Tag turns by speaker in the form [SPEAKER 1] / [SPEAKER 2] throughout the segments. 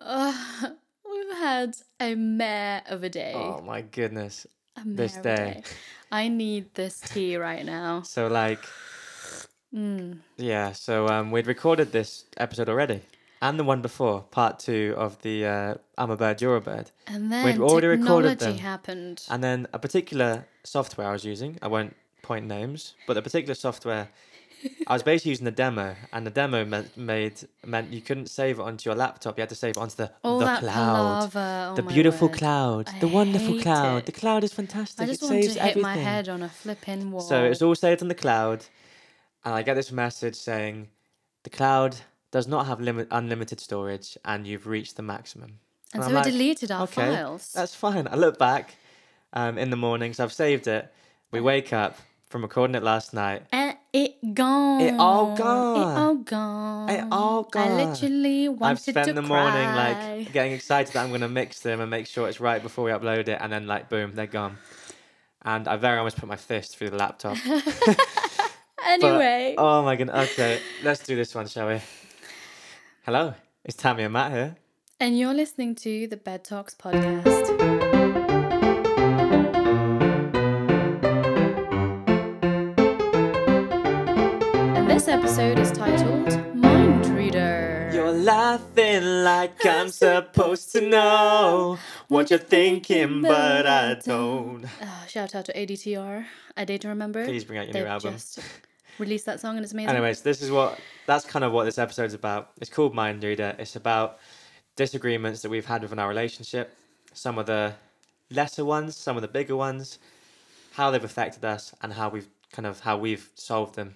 [SPEAKER 1] Ugh, we've had a mare of a day.
[SPEAKER 2] Oh my goodness.
[SPEAKER 1] a mare
[SPEAKER 2] this
[SPEAKER 1] of a
[SPEAKER 2] day.
[SPEAKER 1] I need this tea right now.
[SPEAKER 2] So like
[SPEAKER 1] Mm.
[SPEAKER 2] yeah, so um we'd recorded this episode already. And the one before, part two of the uh, I'm a bird, you're a bird.
[SPEAKER 1] And then
[SPEAKER 2] already recorded them.
[SPEAKER 1] technology happened.
[SPEAKER 2] And then a particular software I was using, I won't point names, but a particular software I was basically using the demo, and the demo meant made meant you couldn't save it onto your laptop. You had to save it onto the
[SPEAKER 1] All
[SPEAKER 2] the
[SPEAKER 1] that
[SPEAKER 2] cloud,
[SPEAKER 1] palaver. Oh
[SPEAKER 2] the
[SPEAKER 1] my
[SPEAKER 2] beautiful
[SPEAKER 1] word.
[SPEAKER 2] cloud,
[SPEAKER 1] I
[SPEAKER 2] the wonderful
[SPEAKER 1] hate
[SPEAKER 2] cloud.
[SPEAKER 1] it.
[SPEAKER 2] The cloud is fantastic.
[SPEAKER 1] I just
[SPEAKER 2] it
[SPEAKER 1] wanted to
[SPEAKER 2] saves
[SPEAKER 1] hit
[SPEAKER 2] everything.
[SPEAKER 1] my head on a flipping wall.
[SPEAKER 2] So it's all saved on the cloud, and I get this message saying, "The cloud does not have limit unlimited storage, and you've reached the maximum."
[SPEAKER 1] and
[SPEAKER 2] and
[SPEAKER 1] so
[SPEAKER 2] I'm
[SPEAKER 1] it
[SPEAKER 2] like,
[SPEAKER 1] deleted our
[SPEAKER 2] "Okay,
[SPEAKER 1] files.
[SPEAKER 2] That's fine. I look back um, in the morning, so I've saved it. We wake up from recording it last night.
[SPEAKER 1] And it gone.
[SPEAKER 2] It all
[SPEAKER 1] It
[SPEAKER 2] gone.
[SPEAKER 1] all gone.
[SPEAKER 2] It all
[SPEAKER 1] I
[SPEAKER 2] gone.
[SPEAKER 1] literally wanted
[SPEAKER 2] I've spent
[SPEAKER 1] to
[SPEAKER 2] the morning
[SPEAKER 1] cry.
[SPEAKER 2] like getting excited that I'm gonna mix them and make sure it's right before we upload it, and then like boom, they're gone. And I very almost put my fist through the laptop. But-
[SPEAKER 1] anyway,
[SPEAKER 2] oh my goodness. Okay, let's do this one, shall we? Hello, it's Tammy and Matt here.
[SPEAKER 1] and you're listening to the Bed Talks podcast. And this episode is titled Mind Reader.
[SPEAKER 2] You're laughing like I'm supposed to know what you're thinking, but I don't.
[SPEAKER 1] Ah, shout out to ADTR, A Day to Remember.
[SPEAKER 2] Please bring out your new
[SPEAKER 1] They've
[SPEAKER 2] album.
[SPEAKER 1] just released that song and it's amazing.
[SPEAKER 2] Anyways, this is what that's kind of what this episode's about. It's called Mind Reader. It's about disagreements that we've had within our relationship, some of the lesser ones, some of the bigger ones, how they've affected us, and how we've kind of how we've solved them.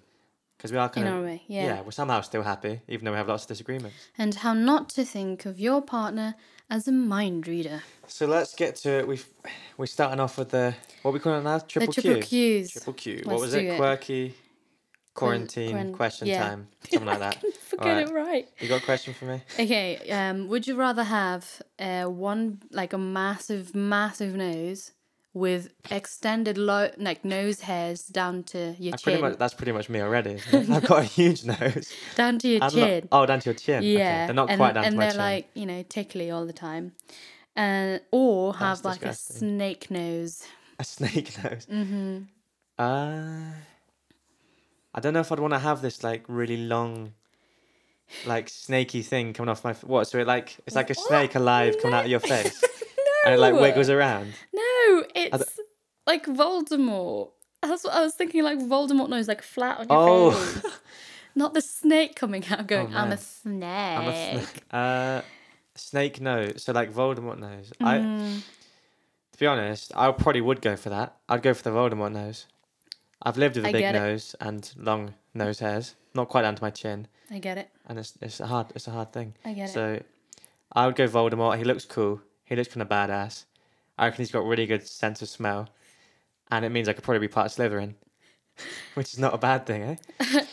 [SPEAKER 2] Because we are
[SPEAKER 1] in
[SPEAKER 2] kind
[SPEAKER 1] our
[SPEAKER 2] of
[SPEAKER 1] way, yeah.
[SPEAKER 2] we're somehow still happy, even though we have lots of disagreements.
[SPEAKER 1] And how not to think of your partner as a mind reader.
[SPEAKER 2] So let's get to it. We've we're starting off with the what we call it now triple,
[SPEAKER 1] the triple
[SPEAKER 2] Q.
[SPEAKER 1] Qs.
[SPEAKER 2] Triple Q. what
[SPEAKER 1] Let's
[SPEAKER 2] was
[SPEAKER 1] do
[SPEAKER 2] it?
[SPEAKER 1] it.
[SPEAKER 2] Quirky, quarantine,
[SPEAKER 1] quaran-
[SPEAKER 2] question
[SPEAKER 1] yeah.
[SPEAKER 2] time, something like that.
[SPEAKER 1] Forget
[SPEAKER 2] Alright.
[SPEAKER 1] it right.
[SPEAKER 2] You got a question for me?
[SPEAKER 1] Okay, um, would you rather have uh, one like a massive, massive nose with extended low like nose hairs down to your
[SPEAKER 2] I
[SPEAKER 1] chin,
[SPEAKER 2] pretty much that's pretty much me already. Isn't it? I've got a huge nose.
[SPEAKER 1] down to your
[SPEAKER 2] I'm not-
[SPEAKER 1] chin?
[SPEAKER 2] oh, down to your chin. Okay,
[SPEAKER 1] Yeah,
[SPEAKER 2] They're not
[SPEAKER 1] and,
[SPEAKER 2] quite down
[SPEAKER 1] and
[SPEAKER 2] to my
[SPEAKER 1] they're
[SPEAKER 2] chin.
[SPEAKER 1] like you know tickly all the time, and or have
[SPEAKER 2] That's
[SPEAKER 1] like a
[SPEAKER 2] disgusting.
[SPEAKER 1] snake nose.
[SPEAKER 2] A snake nose. Mm-hmm. Uh, I don't know if I'd want to have this like really long, like snaky thing coming off my f- what? So it like it's like a snake alive coming out of your face, and it like wiggles around.
[SPEAKER 1] No, it's like Voldemort. That's what I was thinking. Like Voldemort nose, like flat on your
[SPEAKER 2] Oh.
[SPEAKER 1] face. Not the snake coming out, going, "I'm a
[SPEAKER 2] man.
[SPEAKER 1] snake."
[SPEAKER 2] I'm a snake. Uh, snake nose. So like Voldemort nose. I,
[SPEAKER 1] Mm.
[SPEAKER 2] to be honest, I probably would go for that. I'd go for the Voldemort nose. I've lived with a
[SPEAKER 1] I
[SPEAKER 2] big
[SPEAKER 1] get it.
[SPEAKER 2] nose and long nose hairs, not quite down to my chin,
[SPEAKER 1] I get it.
[SPEAKER 2] and it's it's a hard it's a hard thing.
[SPEAKER 1] I get it.
[SPEAKER 2] So I would go Voldemort. He looks cool. He looks kind of badass. I reckon he's got really good sense of smell, and it means I could probably be part of Slytherin, which is not a bad thing, eh?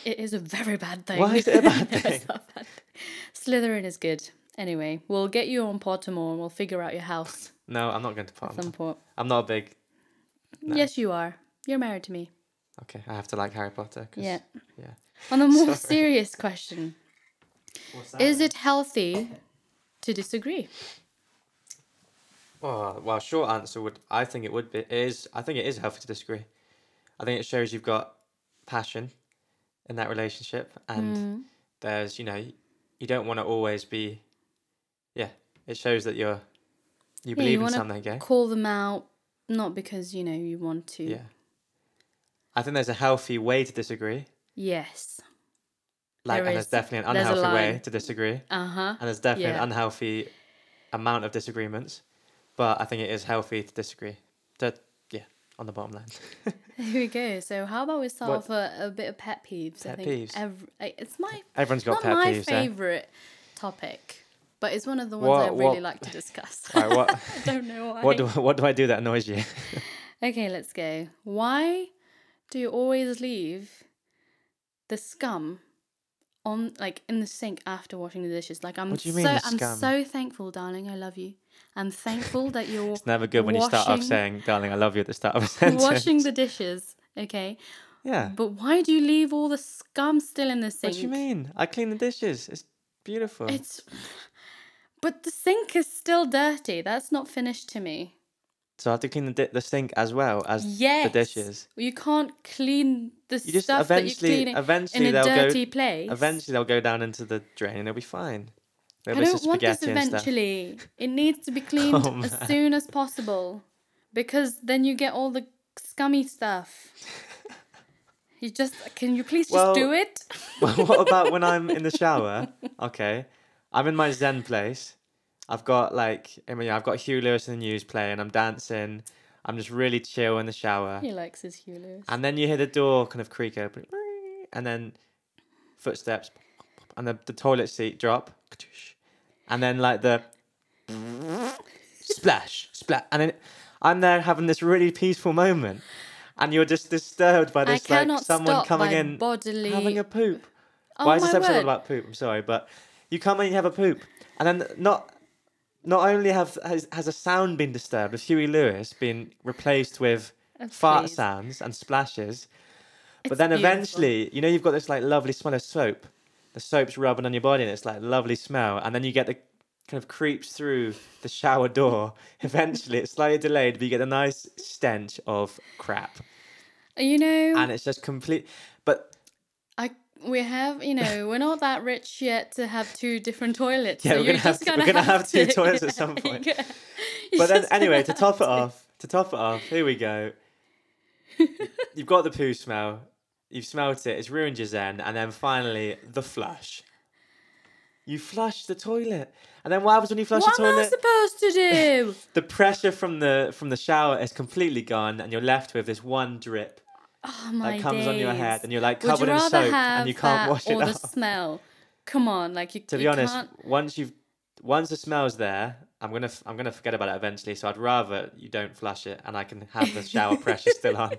[SPEAKER 1] It is a very bad thing.
[SPEAKER 2] Why is it a bad
[SPEAKER 1] No, it's
[SPEAKER 2] thing?
[SPEAKER 1] not a bad thing. Slytherin is good. Anyway, we'll get you on Pottermore and we'll figure out your house
[SPEAKER 2] No, I'm not going to
[SPEAKER 1] at
[SPEAKER 2] part.
[SPEAKER 1] some point.
[SPEAKER 2] I'm not a big.
[SPEAKER 1] Yes, you are. You're married to me.
[SPEAKER 2] Okay, I have to like Harry Potter. 'cause-
[SPEAKER 1] Yeah.
[SPEAKER 2] Yeah.
[SPEAKER 1] On a more
[SPEAKER 2] Sorry.
[SPEAKER 1] serious question,
[SPEAKER 2] What's that?
[SPEAKER 1] is it healthy to disagree?
[SPEAKER 2] Oh, well, short answer would I think it would be it is I think it is healthy to disagree. I think it shows you've got passion in that relationship, and
[SPEAKER 1] Mm.
[SPEAKER 2] there's you know you don't want to always be. Yeah, it shows that you're you
[SPEAKER 1] Yeah,
[SPEAKER 2] believe in
[SPEAKER 1] wanna
[SPEAKER 2] something, eh?
[SPEAKER 1] Call them out, not because you know you want to.
[SPEAKER 2] Yeah. I think there's a healthy way to disagree,
[SPEAKER 1] Yes.
[SPEAKER 2] like,
[SPEAKER 1] There
[SPEAKER 2] and
[SPEAKER 1] is.
[SPEAKER 2] there's definitely an
[SPEAKER 1] There's a
[SPEAKER 2] unhealthy way
[SPEAKER 1] line.
[SPEAKER 2] to disagree, and
[SPEAKER 1] Uh huh.
[SPEAKER 2] there's definitely
[SPEAKER 1] Yeah.
[SPEAKER 2] an unhealthy amount of disagreements. But I think it is healthy to disagree. That yeah, on the bottom line.
[SPEAKER 1] Here we go. So how about we start
[SPEAKER 2] What-
[SPEAKER 1] off a, a bit of pet peeves? I
[SPEAKER 2] Pet
[SPEAKER 1] think
[SPEAKER 2] peeves.
[SPEAKER 1] ev- I- it's my
[SPEAKER 2] Everyone's got
[SPEAKER 1] not
[SPEAKER 2] pet
[SPEAKER 1] my
[SPEAKER 2] peeves. eh?
[SPEAKER 1] favorite topic, but it's one of the ones I
[SPEAKER 2] What-
[SPEAKER 1] really
[SPEAKER 2] what-
[SPEAKER 1] like to discuss.
[SPEAKER 2] Right, what-
[SPEAKER 1] I don't know why.
[SPEAKER 2] What do I, what do I do that annoys you?
[SPEAKER 1] Okay, let's go. Why do you always leave the scum on like in the sink after washing the dishes? Like I'm
[SPEAKER 2] What do you mean,
[SPEAKER 1] so
[SPEAKER 2] the
[SPEAKER 1] I'm
[SPEAKER 2] scum?
[SPEAKER 1] so thankful, darling. I love you. I'm thankful that you're
[SPEAKER 2] It's never good when you start off
[SPEAKER 1] washing-
[SPEAKER 2] saying, "Darling, I love you" at the start of a sentence.
[SPEAKER 1] washing the dishes. Okay,
[SPEAKER 2] yeah.
[SPEAKER 1] but why do you leave all the scum still in the sink?
[SPEAKER 2] What do you mean? I clean the dishes. It's beautiful.
[SPEAKER 1] It's But the sink is still dirty. That's not finished to me.
[SPEAKER 2] So I have to clean the, di- the sink as well as
[SPEAKER 1] Yes.
[SPEAKER 2] the dishes.
[SPEAKER 1] You can't clean the
[SPEAKER 2] You just
[SPEAKER 1] stuff that you're
[SPEAKER 2] eventually-
[SPEAKER 1] cleaning
[SPEAKER 2] eventually
[SPEAKER 1] in a
[SPEAKER 2] they'll go-
[SPEAKER 1] dirty place.
[SPEAKER 2] Eventually they'll go down into the drain and they'll be fine. There'll
[SPEAKER 1] I
[SPEAKER 2] be some
[SPEAKER 1] don't want this
[SPEAKER 2] spaghetti and stuff.
[SPEAKER 1] eventually. It needs to be cleaned
[SPEAKER 2] Oh,
[SPEAKER 1] as
[SPEAKER 2] man.
[SPEAKER 1] soon as possible because then you get all the scummy stuff. you just can you please just
[SPEAKER 2] Well,
[SPEAKER 1] do it?
[SPEAKER 2] Well, what about when I'm in the shower? Okay, I'm in my zen place. I've got like, I mean, I've got Hugh Lewis in the news playing. I'm dancing. I'm just really chill in the shower.
[SPEAKER 1] He likes his Hugh Lewis.
[SPEAKER 2] And then you hear the door kind of creak open, and then footsteps, and the, the toilet seat drop, and then like the splash, splash, and then I'm there having this really peaceful moment, and you're just disturbed by
[SPEAKER 1] I
[SPEAKER 2] this like
[SPEAKER 1] cannot
[SPEAKER 2] someone
[SPEAKER 1] stop
[SPEAKER 2] coming
[SPEAKER 1] my
[SPEAKER 2] in
[SPEAKER 1] bodily.
[SPEAKER 2] having a poop.
[SPEAKER 1] oh
[SPEAKER 2] Why is
[SPEAKER 1] my
[SPEAKER 2] this episode
[SPEAKER 1] word.
[SPEAKER 2] all about poop? I'm sorry, but you come and you have a poop, and then not not only have has, has a sound been disturbed, with Huey Lewis being replaced with
[SPEAKER 1] Oh,
[SPEAKER 2] fart
[SPEAKER 1] please.
[SPEAKER 2] sounds and splashes, but
[SPEAKER 1] It's
[SPEAKER 2] then
[SPEAKER 1] beautiful.
[SPEAKER 2] eventually, you know, you've got this like lovely smell of soap. The soap's rubbing on your body, and it's like lovely smell, and then you get the kind of creeps through the shower door. Eventually, it's slightly delayed, but you get the nice stench of crap,
[SPEAKER 1] you know
[SPEAKER 2] and it's just complete. But
[SPEAKER 1] I we have you know we're not that rich yet to have two different toilets.
[SPEAKER 2] Yeah,
[SPEAKER 1] so
[SPEAKER 2] we're
[SPEAKER 1] you're
[SPEAKER 2] gonna have
[SPEAKER 1] just
[SPEAKER 2] to- we're
[SPEAKER 1] gonna
[SPEAKER 2] gonna
[SPEAKER 1] have,
[SPEAKER 2] have two
[SPEAKER 1] to-
[SPEAKER 2] toilets at
[SPEAKER 1] yeah,
[SPEAKER 2] some
[SPEAKER 1] you're
[SPEAKER 2] point.
[SPEAKER 1] gonna- you're
[SPEAKER 2] but then
[SPEAKER 1] just gonna
[SPEAKER 2] anyway, to top it
[SPEAKER 1] have
[SPEAKER 2] off, to top it off, here we go. you've got the poo smell. You've smelt it. It's ruined your zen, and then finally the flush. You flush the toilet, and then what happens when you flush
[SPEAKER 1] What
[SPEAKER 2] the
[SPEAKER 1] am I
[SPEAKER 2] toilet?
[SPEAKER 1] supposed to do?
[SPEAKER 2] the pressure from the from the shower is completely gone, and you're left with this one drip
[SPEAKER 1] Oh my
[SPEAKER 2] that comes on your
[SPEAKER 1] days.
[SPEAKER 2] head, and you're like
[SPEAKER 1] Would
[SPEAKER 2] covered
[SPEAKER 1] you
[SPEAKER 2] in
[SPEAKER 1] rather
[SPEAKER 2] soap,
[SPEAKER 1] have
[SPEAKER 2] and you can't
[SPEAKER 1] that
[SPEAKER 2] wash it
[SPEAKER 1] or the
[SPEAKER 2] off.
[SPEAKER 1] smell? Come on, like you.
[SPEAKER 2] to be
[SPEAKER 1] you
[SPEAKER 2] honest,
[SPEAKER 1] can't-
[SPEAKER 2] once you've once the smell's there, I'm gonna f- I'm gonna forget about it eventually. So I'd rather you don't flush it, and I can have the shower pressure still on.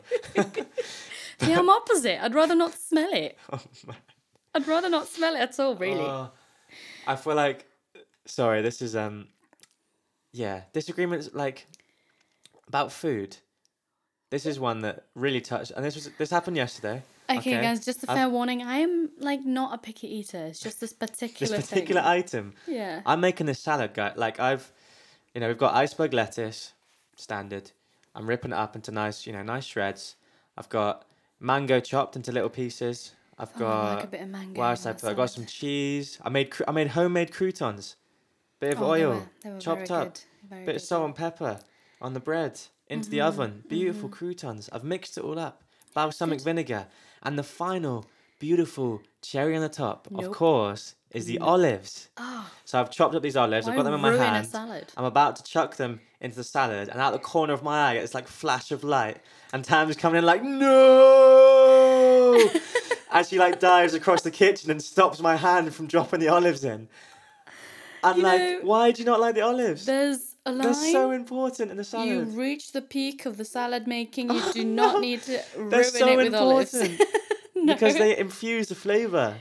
[SPEAKER 1] yeah, I'm opposite. I'd rather not smell it.
[SPEAKER 2] Oh, man.
[SPEAKER 1] I'd rather not smell it at all. Really,
[SPEAKER 2] Oh, I feel like sorry, this is um yeah, disagreements like about food. This is one that really touched and this was this happened yesterday.
[SPEAKER 1] okay, guys. Just a
[SPEAKER 2] I've-
[SPEAKER 1] fair warning. I am like not a picky eater. It's just this
[SPEAKER 2] This
[SPEAKER 1] particular
[SPEAKER 2] particular item.
[SPEAKER 1] thing. Yeah.
[SPEAKER 2] I'm making this salad guy like I've you know, we've got iceberg lettuce, standard. I'm ripping it up into nice, you know, nice shreds. I've got mango chopped into little pieces. I've
[SPEAKER 1] Oh, I
[SPEAKER 2] got
[SPEAKER 1] like a bit of mango.
[SPEAKER 2] What
[SPEAKER 1] in
[SPEAKER 2] else did I
[SPEAKER 1] that
[SPEAKER 2] put? I got
[SPEAKER 1] salad.
[SPEAKER 2] some cheese. I made cr- I made homemade croutons, bit of
[SPEAKER 1] Oh, they
[SPEAKER 2] oil,
[SPEAKER 1] were- they were
[SPEAKER 2] chopped
[SPEAKER 1] very
[SPEAKER 2] up,
[SPEAKER 1] good, very
[SPEAKER 2] bit
[SPEAKER 1] good.
[SPEAKER 2] of
[SPEAKER 1] Mm-hmm,
[SPEAKER 2] salt and pepper on the bread into the oven. Beautiful croutons. I've mixed it all up. Balsamic vinegar, and the final beautiful cherry on the top, of
[SPEAKER 1] Nope. Mm-hmm.
[SPEAKER 2] course, is the olives.
[SPEAKER 1] Oh,
[SPEAKER 2] So I've chopped up these olives.
[SPEAKER 1] why
[SPEAKER 2] I've got them in my
[SPEAKER 1] ruin
[SPEAKER 2] hand.
[SPEAKER 1] a salad?
[SPEAKER 2] I'm about to chuck them into the salad, and out the corner of my eye, it's like flash of light, and Tam's coming in like no, and she like dives across the kitchen and stops my hand from dropping the olives in. And
[SPEAKER 1] You
[SPEAKER 2] like,
[SPEAKER 1] know,
[SPEAKER 2] why do you not like the olives? They're,
[SPEAKER 1] There's a line.
[SPEAKER 2] so important in the salad. Oh,
[SPEAKER 1] You reach the peak of the salad making. You do not need to
[SPEAKER 2] They're
[SPEAKER 1] ruin
[SPEAKER 2] so
[SPEAKER 1] it with olives.
[SPEAKER 2] important
[SPEAKER 1] No.
[SPEAKER 2] because they infuse the flavor,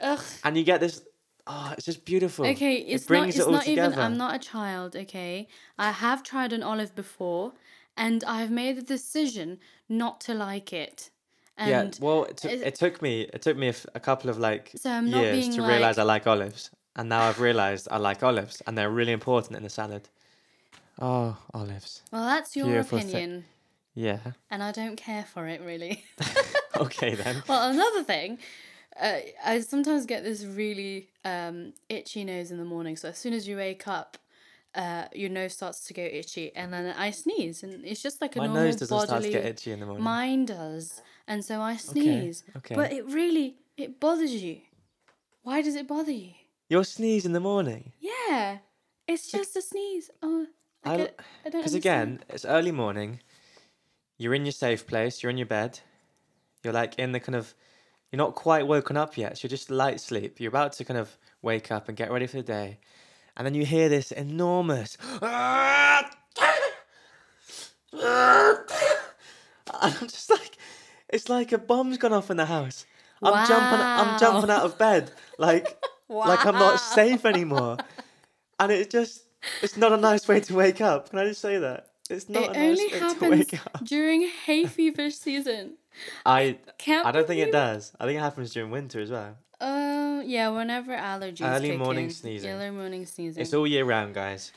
[SPEAKER 1] Ugh.
[SPEAKER 2] and you get this. Oh, it's just beautiful.
[SPEAKER 1] Okay, it's
[SPEAKER 2] it brings
[SPEAKER 1] not. It's
[SPEAKER 2] it all
[SPEAKER 1] not
[SPEAKER 2] together.
[SPEAKER 1] even. I'm not a child. Okay, I have tried an olive before, and I've made the decision not to like it. And
[SPEAKER 2] yeah, well, it, took
[SPEAKER 1] is-
[SPEAKER 2] it took me it took me a, f- a couple of like
[SPEAKER 1] So I'm not
[SPEAKER 2] years
[SPEAKER 1] being
[SPEAKER 2] to realize
[SPEAKER 1] like-
[SPEAKER 2] I like olives, and now I've realized I like olives, and they're really important in a salad. Oh, olives.
[SPEAKER 1] well, that's your
[SPEAKER 2] Beautiful thing.
[SPEAKER 1] opinion,
[SPEAKER 2] Yeah.
[SPEAKER 1] and I don't care for it really.
[SPEAKER 2] Okay then.
[SPEAKER 1] well, another thing, uh, I sometimes get this really um, itchy nose in the morning. So as soon as you wake up, uh, your nose starts to go itchy, and then I sneeze, and it's just like a
[SPEAKER 2] My
[SPEAKER 1] normal
[SPEAKER 2] nose doesn't
[SPEAKER 1] bodily.
[SPEAKER 2] start to get itchy in the morning.
[SPEAKER 1] Mine does, and so I sneeze.
[SPEAKER 2] okay.
[SPEAKER 1] But it really it bothers you. Why does it bother you?
[SPEAKER 2] You'll sneeze in the morning.
[SPEAKER 1] Yeah, it's just a sneeze. Oh, I,
[SPEAKER 2] I-
[SPEAKER 1] get, I don't.
[SPEAKER 2] Because again, it's early morning. You're in your safe place. You're in your bed. You're like in the kind of. You're not quite woken up yet. So you're just light sleep. You're about to kind of wake up and get ready for the day, and then you hear this enormous. And I'm just like, it's like a bomb's gone off in the house. I'm jumping. I'm jumping out of bed. Like, like I'm
[SPEAKER 1] Wow.
[SPEAKER 2] not safe anymore. And it just, it's not a nice way to wake up. Can I just say that? oh, It's not
[SPEAKER 1] It
[SPEAKER 2] a nice
[SPEAKER 1] only
[SPEAKER 2] way to
[SPEAKER 1] happens
[SPEAKER 2] wake up.
[SPEAKER 1] during hay fever season.
[SPEAKER 2] I,
[SPEAKER 1] Can't
[SPEAKER 2] I don't think it
[SPEAKER 1] believe-
[SPEAKER 2] does. I think it happens during winter as well.
[SPEAKER 1] Um, yeah, whenever allergies.
[SPEAKER 2] Early
[SPEAKER 1] kick
[SPEAKER 2] morning
[SPEAKER 1] in.
[SPEAKER 2] sneezing.
[SPEAKER 1] Early morning sneezing.
[SPEAKER 2] It's all year round, guys.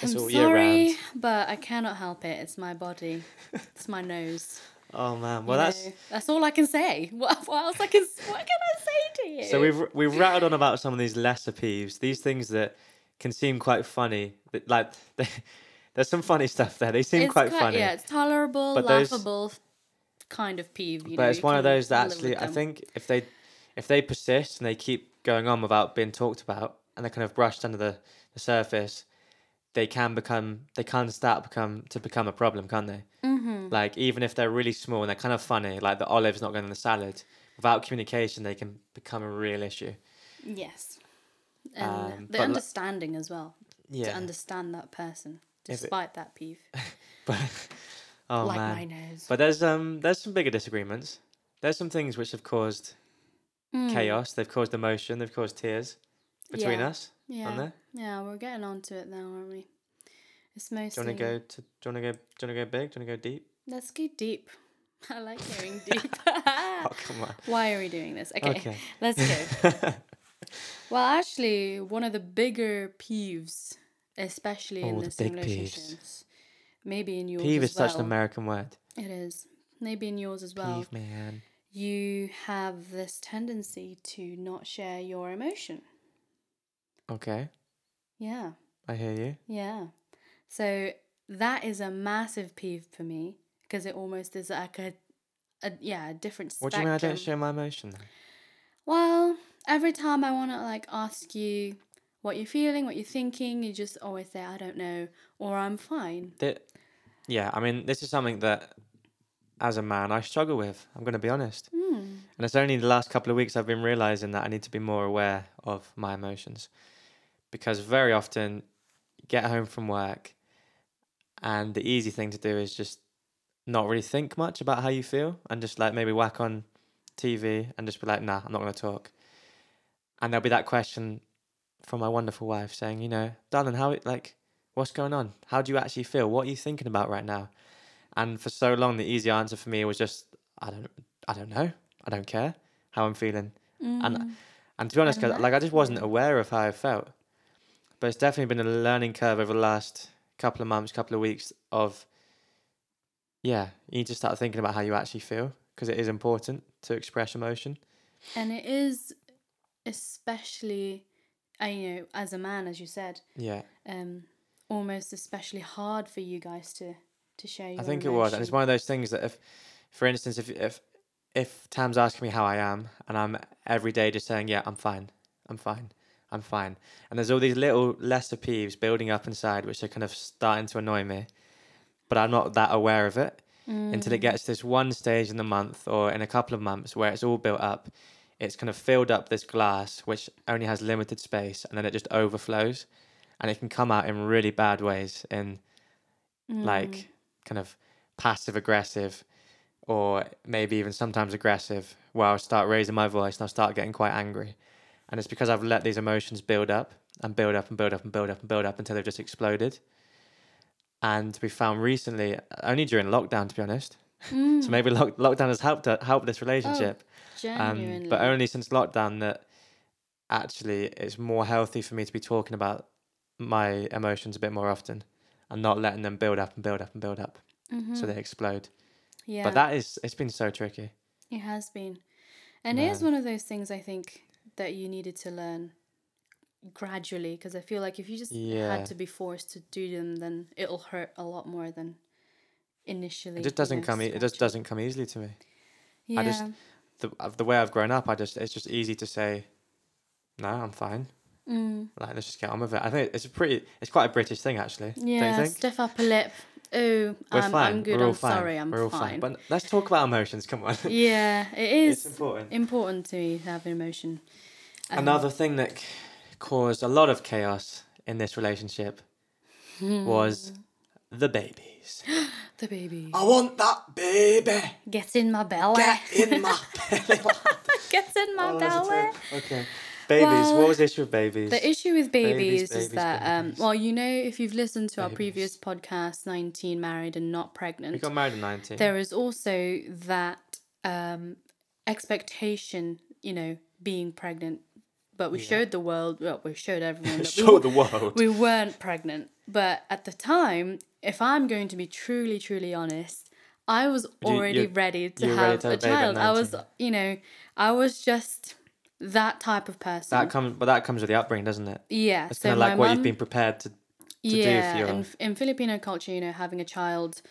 [SPEAKER 2] It's
[SPEAKER 1] I'm
[SPEAKER 2] all year
[SPEAKER 1] sorry,
[SPEAKER 2] round.
[SPEAKER 1] but I cannot help it. It's my body. It's my nose.
[SPEAKER 2] Oh man,
[SPEAKER 1] you
[SPEAKER 2] well
[SPEAKER 1] know.
[SPEAKER 2] that's
[SPEAKER 1] that's all I can say. What, what else I can what can I say to you?
[SPEAKER 2] so we've we've rattled on about some of these lesser peeves, these things that can seem quite funny. that- Like there's some funny stuff there. They seem
[SPEAKER 1] it's
[SPEAKER 2] quite
[SPEAKER 1] ki-
[SPEAKER 2] funny.
[SPEAKER 1] Yeah, it's tolerable,
[SPEAKER 2] But those-
[SPEAKER 1] laughable, kind of peeve. You
[SPEAKER 2] but
[SPEAKER 1] know,
[SPEAKER 2] it's
[SPEAKER 1] you
[SPEAKER 2] one of
[SPEAKER 1] can
[SPEAKER 2] those
[SPEAKER 1] live
[SPEAKER 2] that
[SPEAKER 1] with
[SPEAKER 2] actually I
[SPEAKER 1] them.
[SPEAKER 2] think if they if they persist and they keep going on without being talked about and they're kind of brushed under the, the surface, they can become they can start become to become a problem, can't they? Mm-hmm. Like even if they're really small and they're kind of funny, like the olive's not going in the salad. Without communication, they can become a real issue.
[SPEAKER 1] Yes, and
[SPEAKER 2] Um, but
[SPEAKER 1] the
[SPEAKER 2] li-
[SPEAKER 1] understanding as well
[SPEAKER 2] Yeah,
[SPEAKER 1] to understand that person
[SPEAKER 2] If it-
[SPEAKER 1] despite that peeve,
[SPEAKER 2] but oh
[SPEAKER 1] like
[SPEAKER 2] man,
[SPEAKER 1] my nose.
[SPEAKER 2] But there's um there's some bigger disagreements. There's some things which have caused chaos. They've caused emotion. They've caused tears between
[SPEAKER 1] Hmm, Mm. Yeah.
[SPEAKER 2] us.
[SPEAKER 1] yeah,
[SPEAKER 2] there?
[SPEAKER 1] yeah, we're getting onto it now, aren't we? It's
[SPEAKER 2] Do
[SPEAKER 1] mostly.
[SPEAKER 2] you want to go? To, do you want to go? Do you want to go big? Do you want to go deep?
[SPEAKER 1] Let's go deep. I like hearing deep.
[SPEAKER 2] Oh come on.
[SPEAKER 1] Why are we doing this? Okay,
[SPEAKER 2] Okay.
[SPEAKER 1] let's go. Well, actually, one of the bigger peeves, especially in
[SPEAKER 2] Oh, the
[SPEAKER 1] this
[SPEAKER 2] big
[SPEAKER 1] in
[SPEAKER 2] peeves.
[SPEAKER 1] relationships, maybe in yours
[SPEAKER 2] Peeve
[SPEAKER 1] as
[SPEAKER 2] is
[SPEAKER 1] well.
[SPEAKER 2] such an American word.
[SPEAKER 1] It is. Maybe in yours as well.
[SPEAKER 2] Peeve, man.
[SPEAKER 1] You have this tendency to not share your emotion.
[SPEAKER 2] Okay,
[SPEAKER 1] Yeah,
[SPEAKER 2] I hear you.
[SPEAKER 1] yeah. So that is a massive peeve for me because it almost is like a, a yeah, a different spectrum.
[SPEAKER 2] What do you mean I don't share my emotion? Then?
[SPEAKER 1] Well, every time I want to like ask you what you're feeling, what you're thinking, you just always say, I don't know, or I'm fine.
[SPEAKER 2] That, yeah, I mean this is something that, as a man, I struggle with. I'm going to be honest,
[SPEAKER 1] Mm.
[SPEAKER 2] and it's only the last couple of weeks I've been realizing that I need to be more aware of my emotions, because very often, you get home from work, and the easy thing to do is just not really think much about how you feel and just like maybe whack on TV and just be like, nah, I'm not going to talk. And there'll be that question from my wonderful wife saying, you know, darling, how, like, what's going on? How do you actually feel? What are you thinking about right now? And for so long, the easy answer for me was just, I don't, I don't know. I don't care how I'm feeling.
[SPEAKER 1] Mm.
[SPEAKER 2] And, uh, and to be honest, 'cause, like, I just wasn't aware of how I felt. But it's definitely been a learning curve over the last couple of months, couple of weeks of, yeah, you need to start thinking about how you actually feel because it is important to express emotion.
[SPEAKER 1] And it is especially, I you know, as a man, as you said,
[SPEAKER 2] Yeah,
[SPEAKER 1] um, almost especially hard for you guys to to share your.
[SPEAKER 2] I think it was, and it's one of those things that if, for instance, if if if Tam's asking me how I am, and I'm every day just saying, yeah, I'm fine, I'm fine, I'm fine, and there's all these little lesser peeves building up inside, which are kind of starting to annoy me, but I'm not that aware of it until it gets to this one stage in the month or in a couple of months where it's all built up. It's kind of filled up this glass, which only has limited space, and then it just overflows, and it can come out in really bad ways. In like kind of passive aggressive or maybe even sometimes aggressive where I'll start raising my voice and I'll start getting quite angry. And it's because I've let these emotions build up and build up and build up and build up and build up until they've just exploded. And we found recently, only during lockdown, to be honest.
[SPEAKER 1] Mm.
[SPEAKER 2] so maybe lock, lockdown has helped help this relationship.
[SPEAKER 1] genuinely.
[SPEAKER 2] um, but only since lockdown that actually it's more healthy for me to be talking about my emotions a bit more often and not letting them build up and build up and build up so they explode.
[SPEAKER 1] Mm-hmm. Mm. yeah.
[SPEAKER 2] But that is, it's been so tricky.
[SPEAKER 1] It has been. And it is one of those things I think that you needed to learn gradually because I feel like if you just
[SPEAKER 2] Yeah.
[SPEAKER 1] had to be forced to do them, then it'll hurt a lot more than initially.
[SPEAKER 2] It just doesn't come, e- it just doesn't come easily to me.
[SPEAKER 1] Yeah.
[SPEAKER 2] I just- The, of the way I've grown up, I just, it's just easy to say, no, I'm fine.
[SPEAKER 1] mm.
[SPEAKER 2] Like, let's just get on with it. I think it's a pretty, it's quite a British thing actually. Don't
[SPEAKER 1] Yeah.
[SPEAKER 2] you think?
[SPEAKER 1] Stiff upper lip. Oh,
[SPEAKER 2] We're
[SPEAKER 1] I'm,
[SPEAKER 2] fine.
[SPEAKER 1] I'm good.
[SPEAKER 2] We're all
[SPEAKER 1] I'm
[SPEAKER 2] fine.
[SPEAKER 1] sorry. I'm
[SPEAKER 2] We're all
[SPEAKER 1] fine.
[SPEAKER 2] But let's talk about emotions. Come on.
[SPEAKER 1] yeah, it is
[SPEAKER 2] it's important.
[SPEAKER 1] important to me to have emotion. Um,
[SPEAKER 2] Another thing that c- caused a lot of chaos in this relationship was
[SPEAKER 1] Hmm.
[SPEAKER 2] the babies.
[SPEAKER 1] The baby.
[SPEAKER 2] I want that baby.
[SPEAKER 1] Get in my belly.
[SPEAKER 2] Get in my belly.
[SPEAKER 1] Get in my
[SPEAKER 2] Oh, that's a
[SPEAKER 1] belly.
[SPEAKER 2] term. okay. Babies.
[SPEAKER 1] Well,
[SPEAKER 2] what was the issue with babies?
[SPEAKER 1] The issue with babies, is
[SPEAKER 2] babies,
[SPEAKER 1] that, um,
[SPEAKER 2] babies.
[SPEAKER 1] well, you know, if you've listened to our previous
[SPEAKER 2] Babies.
[SPEAKER 1] podcast, 19 Married and Not
[SPEAKER 2] we
[SPEAKER 1] Pregnant,
[SPEAKER 2] got married at 19.
[SPEAKER 1] there is also that um, expectation, you know, being pregnant, but we
[SPEAKER 2] Yeah.
[SPEAKER 1] showed the world, well, we showed everyone that we
[SPEAKER 2] Show the world.
[SPEAKER 1] we weren't pregnant. But at the time, if I'm going to be truly, truly honest, I was
[SPEAKER 2] you-
[SPEAKER 1] already ready to
[SPEAKER 2] you were ready
[SPEAKER 1] have
[SPEAKER 2] to have
[SPEAKER 1] a
[SPEAKER 2] a baby at
[SPEAKER 1] child. I was,
[SPEAKER 2] 19.
[SPEAKER 1] you know, I was just that type of person.
[SPEAKER 2] that comes, but that comes with the upbringing, doesn't it?
[SPEAKER 1] yeah.
[SPEAKER 2] It's
[SPEAKER 1] so
[SPEAKER 2] kind of
[SPEAKER 1] my
[SPEAKER 2] like what
[SPEAKER 1] mum-
[SPEAKER 2] you've been prepared to. do if
[SPEAKER 1] yeah,
[SPEAKER 2] you're-
[SPEAKER 1] in, in Filipino culture, you know, having a child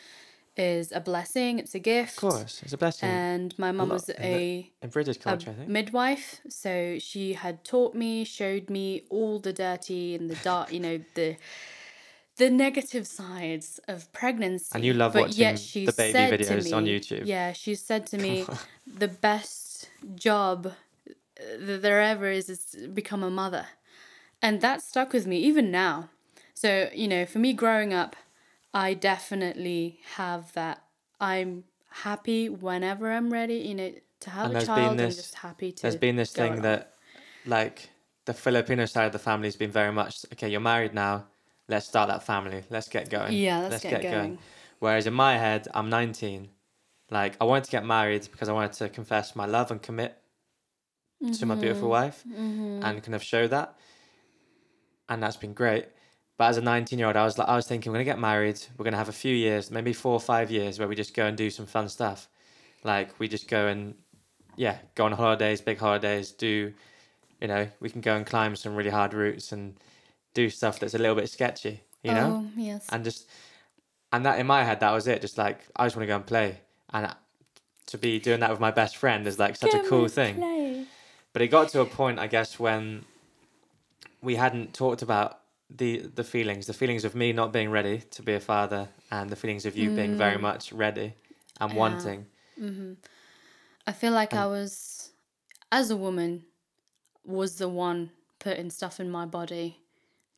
[SPEAKER 1] is a blessing. It's a gift.
[SPEAKER 2] Of course, it's a blessing.
[SPEAKER 1] And Uh, my mum
[SPEAKER 2] lot
[SPEAKER 1] was
[SPEAKER 2] in the-
[SPEAKER 1] a
[SPEAKER 2] In British
[SPEAKER 1] a
[SPEAKER 2] culture, I think.
[SPEAKER 1] midwife. So she had taught me, showed me all the dirty and the dark, you know, the the negative sides of pregnancy.
[SPEAKER 2] And you love
[SPEAKER 1] but
[SPEAKER 2] watching
[SPEAKER 1] yet she
[SPEAKER 2] the baby
[SPEAKER 1] said to
[SPEAKER 2] videos on
[SPEAKER 1] me-
[SPEAKER 2] YouTube.
[SPEAKER 1] Yeah, she said to me, the best job uh, that there ever is is to become a mother, and that stuck with me even now. So you know, for me growing up, I definitely have that. I'm happy whenever I'm ready. You know, to have
[SPEAKER 2] And
[SPEAKER 1] a
[SPEAKER 2] there's been
[SPEAKER 1] child. I'm
[SPEAKER 2] this-
[SPEAKER 1] just happy to.
[SPEAKER 2] There's been this
[SPEAKER 1] go
[SPEAKER 2] thing
[SPEAKER 1] along.
[SPEAKER 2] that, like, the Filipino side of the family has been very much okay. You're married now. Let's start that family. Let's get going.
[SPEAKER 1] Yeah, let's get going.
[SPEAKER 2] Whereas in my head, I'm 19. Like, I wanted to get married because I wanted to confess my love and commit to my
[SPEAKER 1] Mm-hmm.
[SPEAKER 2] beautiful wife and kind of show that. And that's been great. But as a 19 year old, I was like, I was thinking, we're gonna get married. We're gonna have a few years, maybe four or five years, where we just go and do some fun stuff. Like we just go and, yeah, go on holidays, big holidays. Do, you know, we can go and climb some really hard routes and do stuff that's a little bit sketchy. You know
[SPEAKER 1] Oh yes.
[SPEAKER 2] and just and that in my head that was it just like i just want to go and play and I- to be doing that with my best friend is like such a
[SPEAKER 1] Go
[SPEAKER 2] cool
[SPEAKER 1] and
[SPEAKER 2] thing
[SPEAKER 1] play.
[SPEAKER 2] but it got to a point i guess when we hadn't talked about the the feelings the feelings of me not being ready to be a father and the feelings of you being very much ready and
[SPEAKER 1] Mm. Yeah.
[SPEAKER 2] wanting
[SPEAKER 1] Mm-hmm. I feel like I was, as a woman, was the one putting stuff in my body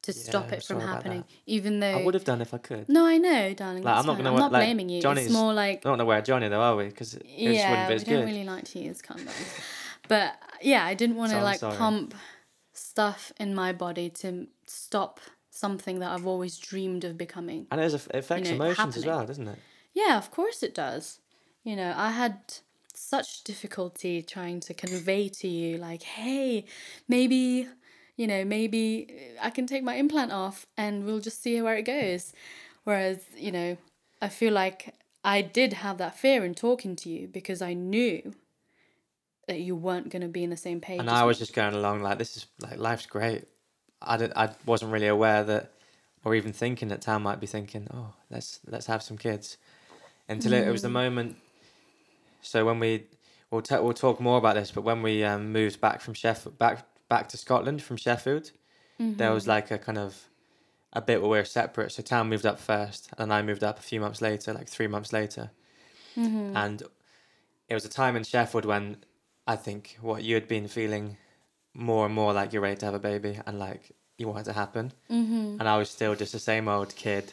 [SPEAKER 1] to stop
[SPEAKER 2] I'm
[SPEAKER 1] it from
[SPEAKER 2] sorry about
[SPEAKER 1] happening. Even though
[SPEAKER 2] i would have done if i could
[SPEAKER 1] No, I know, darling.
[SPEAKER 2] Like,
[SPEAKER 1] that's
[SPEAKER 2] I'm not
[SPEAKER 1] fine.
[SPEAKER 2] gonna
[SPEAKER 1] I'm
[SPEAKER 2] wa-
[SPEAKER 1] not
[SPEAKER 2] like,
[SPEAKER 1] blaming you.
[SPEAKER 2] Johnny's-
[SPEAKER 1] it's more like
[SPEAKER 2] i don't know where johnny though are we because it just
[SPEAKER 1] yeah,
[SPEAKER 2] wouldn't be
[SPEAKER 1] we
[SPEAKER 2] as
[SPEAKER 1] don't
[SPEAKER 2] good
[SPEAKER 1] really like to use condoms. but yeah, I didn't want
[SPEAKER 2] So
[SPEAKER 1] to
[SPEAKER 2] I'm
[SPEAKER 1] like
[SPEAKER 2] sorry.
[SPEAKER 1] pump stuff in my body to stop something that I've always dreamed of becoming.
[SPEAKER 2] and it, is, it affects
[SPEAKER 1] know,
[SPEAKER 2] emotions as
[SPEAKER 1] happening.
[SPEAKER 2] well doesn't it
[SPEAKER 1] Yeah, of course it does. You know, I had such difficulty trying to convey to you, like, hey, maybe, you know, maybe I can take my implant off and we'll just see where it goes. Whereas, you know, I feel like I did have that fear in talking to you because I knew that you weren't going to be in the same page.
[SPEAKER 2] and
[SPEAKER 1] as
[SPEAKER 2] I
[SPEAKER 1] me.
[SPEAKER 2] was just going along like this is like life's great. I didn't, I wasn't really aware that, or even thinking that Tam might be thinking, oh, let's let's have some kids, until it, it was the moment. So when we, we'll ta- we'll talk more about this, but when we um, moved back from Sheff back back to Scotland from Sheffield, there was like a kind of a bit where we were separate. So Tam moved up first, and I moved up a few months later, like three months later,
[SPEAKER 1] Mm-hmm.
[SPEAKER 2] and it was a time in Sheffield when I think what you had been feeling more and more like you're ready to have a baby and like you want it to happen. Mm-hmm. And I was still just the same old kid.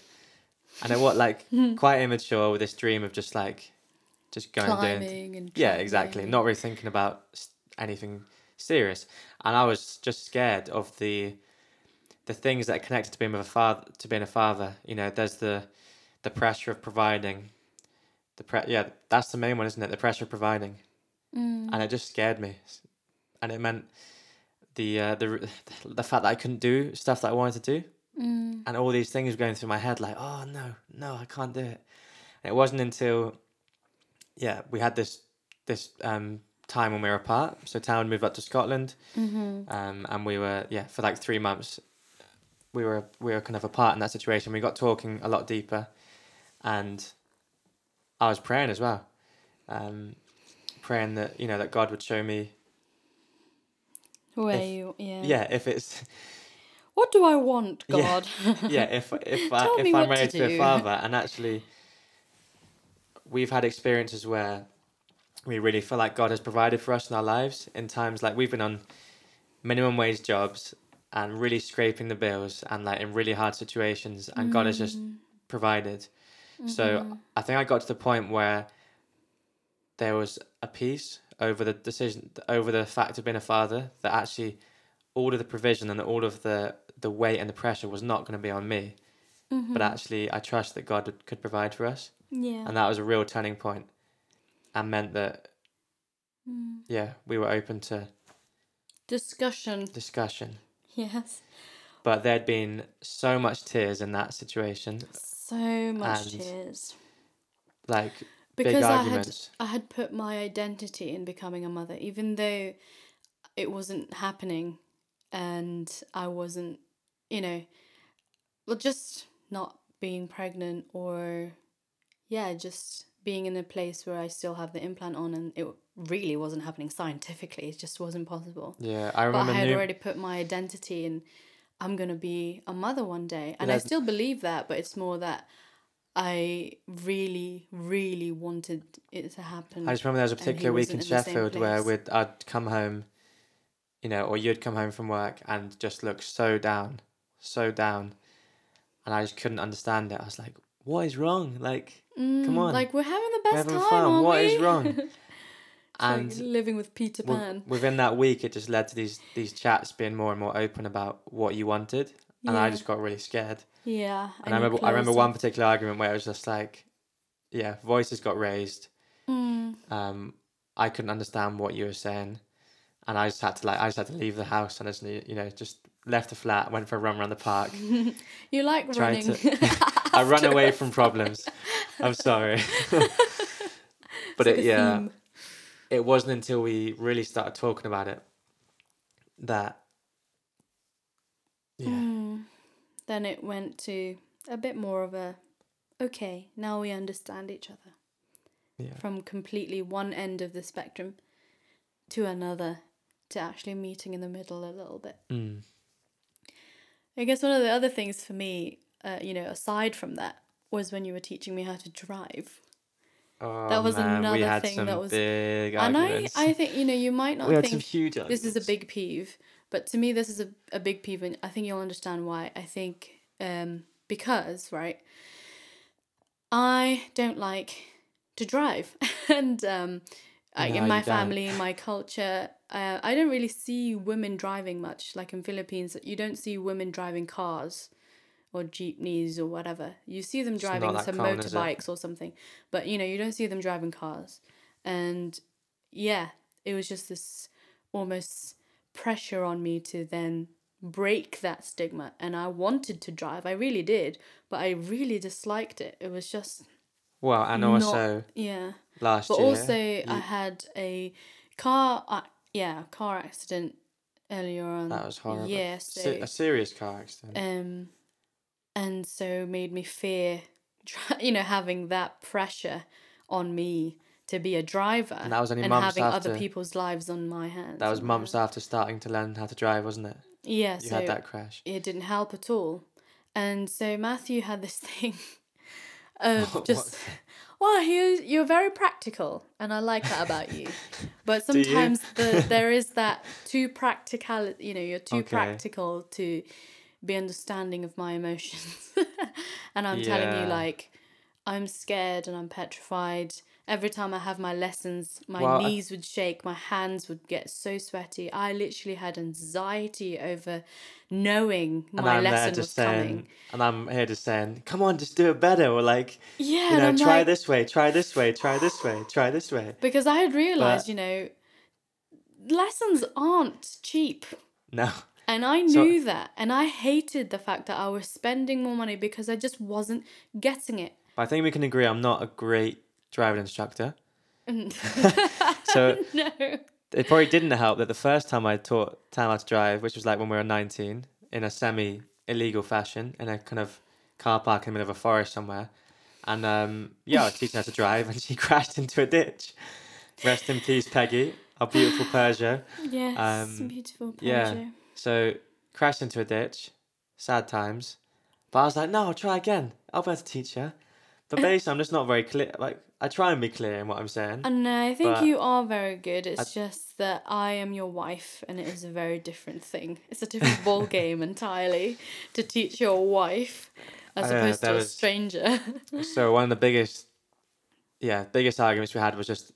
[SPEAKER 2] And I was like quite immature with this dream of just like just going and doing
[SPEAKER 1] climbing and
[SPEAKER 2] yeah,
[SPEAKER 1] trying
[SPEAKER 2] exactly.
[SPEAKER 1] and-
[SPEAKER 2] Not really thinking about s- anything serious, and I was just scared of the the things that are connected to being with a father. To being a father, you know, there's the the pressure of providing. The pre- yeah, that's the main one, isn't it? The pressure of providing, and it just scared me, S- and it meant the uh, the r- the fact that I couldn't do stuff that I wanted to do, mm. and all these things were going through my head like, oh no, no, I can't do it. And it wasn't until yeah, we had this this um, time when we were apart. So Town moved up to Scotland, um, and we were yeah for like three months. We were we were kind of apart in that situation. We got talking a lot deeper, and I was praying as well, um, praying that you know that God would show me
[SPEAKER 1] Where
[SPEAKER 2] if-
[SPEAKER 1] you, yeah.
[SPEAKER 2] yeah if it's
[SPEAKER 1] What do I want,
[SPEAKER 2] Yeah.
[SPEAKER 1] God?
[SPEAKER 2] yeah, if if I,
[SPEAKER 1] Tell me
[SPEAKER 2] if I'm
[SPEAKER 1] what
[SPEAKER 2] ready
[SPEAKER 1] to
[SPEAKER 2] to, be
[SPEAKER 1] do.
[SPEAKER 2] a father, and actually, we've had experiences where we really feel like God has provided for us in our lives. In times like we've been on minimum wage jobs and really scraping the bills, and like in really hard situations, and God has
[SPEAKER 1] Mm.
[SPEAKER 2] just provided.
[SPEAKER 1] Mm-hmm.
[SPEAKER 2] So I think I got to the point where there was a peace over the decision, over the fact of being a father, that actually all of the provision and all of the the weight and the pressure was not going to be on me but actually I trust that God would- could provide for us,
[SPEAKER 1] Mm-hmm. Mm. yeah.
[SPEAKER 2] and that was a real turning point, and meant that
[SPEAKER 1] Mm.
[SPEAKER 2] yeah we were open to
[SPEAKER 1] Discussion.
[SPEAKER 2] discussion.
[SPEAKER 1] Yes.
[SPEAKER 2] But there'd been so much tears in that situation,
[SPEAKER 1] So much
[SPEAKER 2] And-
[SPEAKER 1] tears.
[SPEAKER 2] like big
[SPEAKER 1] Because I had
[SPEAKER 2] arguments.
[SPEAKER 1] I had put my identity in becoming a mother, even though it wasn't happening and I wasn't, you know, well, just not being pregnant or, yeah, just being in a place where I still have the implant on and it really wasn't happening scientifically. It just wasn't possible.
[SPEAKER 2] Yeah, I
[SPEAKER 1] But I
[SPEAKER 2] remember.
[SPEAKER 1] had
[SPEAKER 2] nu-
[SPEAKER 1] already put my identity in, I'm going to be a mother one day. And I
[SPEAKER 2] that's-
[SPEAKER 1] still believe that, but it's more that I really, really wanted it to happen.
[SPEAKER 2] I just remember there was a
[SPEAKER 1] and he
[SPEAKER 2] particular week in
[SPEAKER 1] wasn't in the same
[SPEAKER 2] Sheffield where
[SPEAKER 1] place.
[SPEAKER 2] we'd I'd come home, you know, or you'd come home from work and just look so down, so down, and I just couldn't understand it. I was like, "What is wrong?" Like,
[SPEAKER 1] Mm,
[SPEAKER 2] on.
[SPEAKER 1] Like, we're having the
[SPEAKER 2] We're
[SPEAKER 1] best
[SPEAKER 2] having
[SPEAKER 1] time.
[SPEAKER 2] fun.
[SPEAKER 1] Aren't
[SPEAKER 2] What
[SPEAKER 1] we?
[SPEAKER 2] is wrong?
[SPEAKER 1] It's like
[SPEAKER 2] and
[SPEAKER 1] living with Peter
[SPEAKER 2] wi-
[SPEAKER 1] Pan.
[SPEAKER 2] within that week, it just led to these these chats being more and more open about what you wanted, and I
[SPEAKER 1] Yeah.
[SPEAKER 2] just got really scared.
[SPEAKER 1] Yeah.
[SPEAKER 2] And I
[SPEAKER 1] you
[SPEAKER 2] remember I remember
[SPEAKER 1] closed
[SPEAKER 2] one
[SPEAKER 1] off-
[SPEAKER 2] particular argument where it was just like, yeah, voices got raised.
[SPEAKER 1] Mm,
[SPEAKER 2] Um, I couldn't understand what you were saying, and I just had to like I just had to leave the house and I just knew- you know just left the flat, went for a run around the park.
[SPEAKER 1] you like
[SPEAKER 2] Trying
[SPEAKER 1] running.
[SPEAKER 2] to- I run away from problems. I'm sorry, but it, yeah, it wasn't until we really started talking about it that yeah
[SPEAKER 1] Hmm. Then it went to a bit more of a okay, now we understand each other.
[SPEAKER 2] yeah
[SPEAKER 1] From completely one end of the spectrum to another to actually meeting in the middle a little bit.
[SPEAKER 2] mm.
[SPEAKER 1] I guess one of the other things for me, uh, you know, aside from that, was when you were teaching me how to drive.
[SPEAKER 2] oh,
[SPEAKER 1] That was
[SPEAKER 2] man, we
[SPEAKER 1] another
[SPEAKER 2] had
[SPEAKER 1] thing
[SPEAKER 2] some
[SPEAKER 1] that was-
[SPEAKER 2] big
[SPEAKER 1] and I,
[SPEAKER 2] arguments.
[SPEAKER 1] I think, you know, you might not
[SPEAKER 2] we had
[SPEAKER 1] think
[SPEAKER 2] some huge
[SPEAKER 1] this
[SPEAKER 2] arguments.
[SPEAKER 1] is a big peeve, but to me, this is a, a big peeve, and I think you'll understand why. I think um, because, right, I don't like to drive, and um, I,
[SPEAKER 2] No,
[SPEAKER 1] in my
[SPEAKER 2] you don't.
[SPEAKER 1] family, my culture, uh, I don't really see women driving much. Like in Philippines, you don't see women driving cars or jeepneys or whatever. You see them
[SPEAKER 2] not
[SPEAKER 1] driving
[SPEAKER 2] that
[SPEAKER 1] some
[SPEAKER 2] common, is it?
[SPEAKER 1] motorbikes or something, but you know, you don't see them driving cars. And yeah, it was just this almost pressure on me to then break that stigma. And I wanted to drive, I really did, but I really disliked it. It was just
[SPEAKER 2] well, and
[SPEAKER 1] not-
[SPEAKER 2] also
[SPEAKER 1] yeah.
[SPEAKER 2] last
[SPEAKER 1] But
[SPEAKER 2] year.
[SPEAKER 1] also, I had a car, uh, yeah, car accident earlier on.
[SPEAKER 2] That was horrible.
[SPEAKER 1] Yeah,
[SPEAKER 2] Se-
[SPEAKER 1] so
[SPEAKER 2] a serious car accident.
[SPEAKER 1] um, and so made me fear, dri- you know, having that pressure on me to be a driver
[SPEAKER 2] And that was only months
[SPEAKER 1] having other
[SPEAKER 2] after-
[SPEAKER 1] people people's lives on my hands.
[SPEAKER 2] that was
[SPEAKER 1] and my-
[SPEAKER 2] months after starting to learn how to drive, wasn't it?
[SPEAKER 1] Yeah,
[SPEAKER 2] You
[SPEAKER 1] so
[SPEAKER 2] had that crash.
[SPEAKER 1] it didn't help at all, and so Matthew had this thing of
[SPEAKER 2] What-
[SPEAKER 1] just. Well, you you're very practical, and I like that about you. But
[SPEAKER 2] you?
[SPEAKER 1] sometimes the, there is that too practical. You know, you're too
[SPEAKER 2] Okay.
[SPEAKER 1] practical to be understanding of my emotions, and I'm telling you
[SPEAKER 2] Yeah.
[SPEAKER 1] like I'm scared and I'm petrified. Every time I have my lessons, my
[SPEAKER 2] Well, I-
[SPEAKER 1] knees would shake, my hands would get so sweaty. I literally had anxiety over knowing
[SPEAKER 2] And
[SPEAKER 1] my
[SPEAKER 2] I'm there
[SPEAKER 1] lesson was
[SPEAKER 2] just saying,
[SPEAKER 1] coming.
[SPEAKER 2] and I'm here just saying, come on, just do it better, or like,
[SPEAKER 1] Yeah,
[SPEAKER 2] you
[SPEAKER 1] and
[SPEAKER 2] know,
[SPEAKER 1] I'm
[SPEAKER 2] try
[SPEAKER 1] like,
[SPEAKER 2] this way, try this way, try this way, try this way.
[SPEAKER 1] Because I had realized,
[SPEAKER 2] But-
[SPEAKER 1] you know, lessons aren't cheap.
[SPEAKER 2] No,
[SPEAKER 1] And I
[SPEAKER 2] So-
[SPEAKER 1] knew that. And I hated the fact that I was spending more money because I just wasn't getting it.
[SPEAKER 2] but I think we can agree. I'm not a great driving instructor,
[SPEAKER 1] And-
[SPEAKER 2] so
[SPEAKER 1] no.
[SPEAKER 2] it probably didn't help that the first time I taught Tam how to drive, which was like when we were 19, in a semi illegal fashion, in a kind of car park in the middle of a forest somewhere. And um, yeah, I was teaching her to drive and she crashed into a ditch. Rest in peace, Peggy, our beautiful Persia.
[SPEAKER 1] Yes.
[SPEAKER 2] Um,
[SPEAKER 1] beautiful
[SPEAKER 2] yeah.
[SPEAKER 1] pleasure.
[SPEAKER 2] So crashed into a ditch, sad times. But I was like, no, I'll try again. I'll be able to teach her. But basically, I'm just not very clear. Like, I try and be clear in what I'm saying.
[SPEAKER 1] And I think
[SPEAKER 2] But-
[SPEAKER 1] you are very good. It's just that I am your wife and it is a very different thing. It's a different ball game entirely to teach your wife as
[SPEAKER 2] I know,
[SPEAKER 1] opposed
[SPEAKER 2] that
[SPEAKER 1] to a
[SPEAKER 2] was-
[SPEAKER 1] stranger.
[SPEAKER 2] So one of the biggest, yeah, biggest arguments we had was just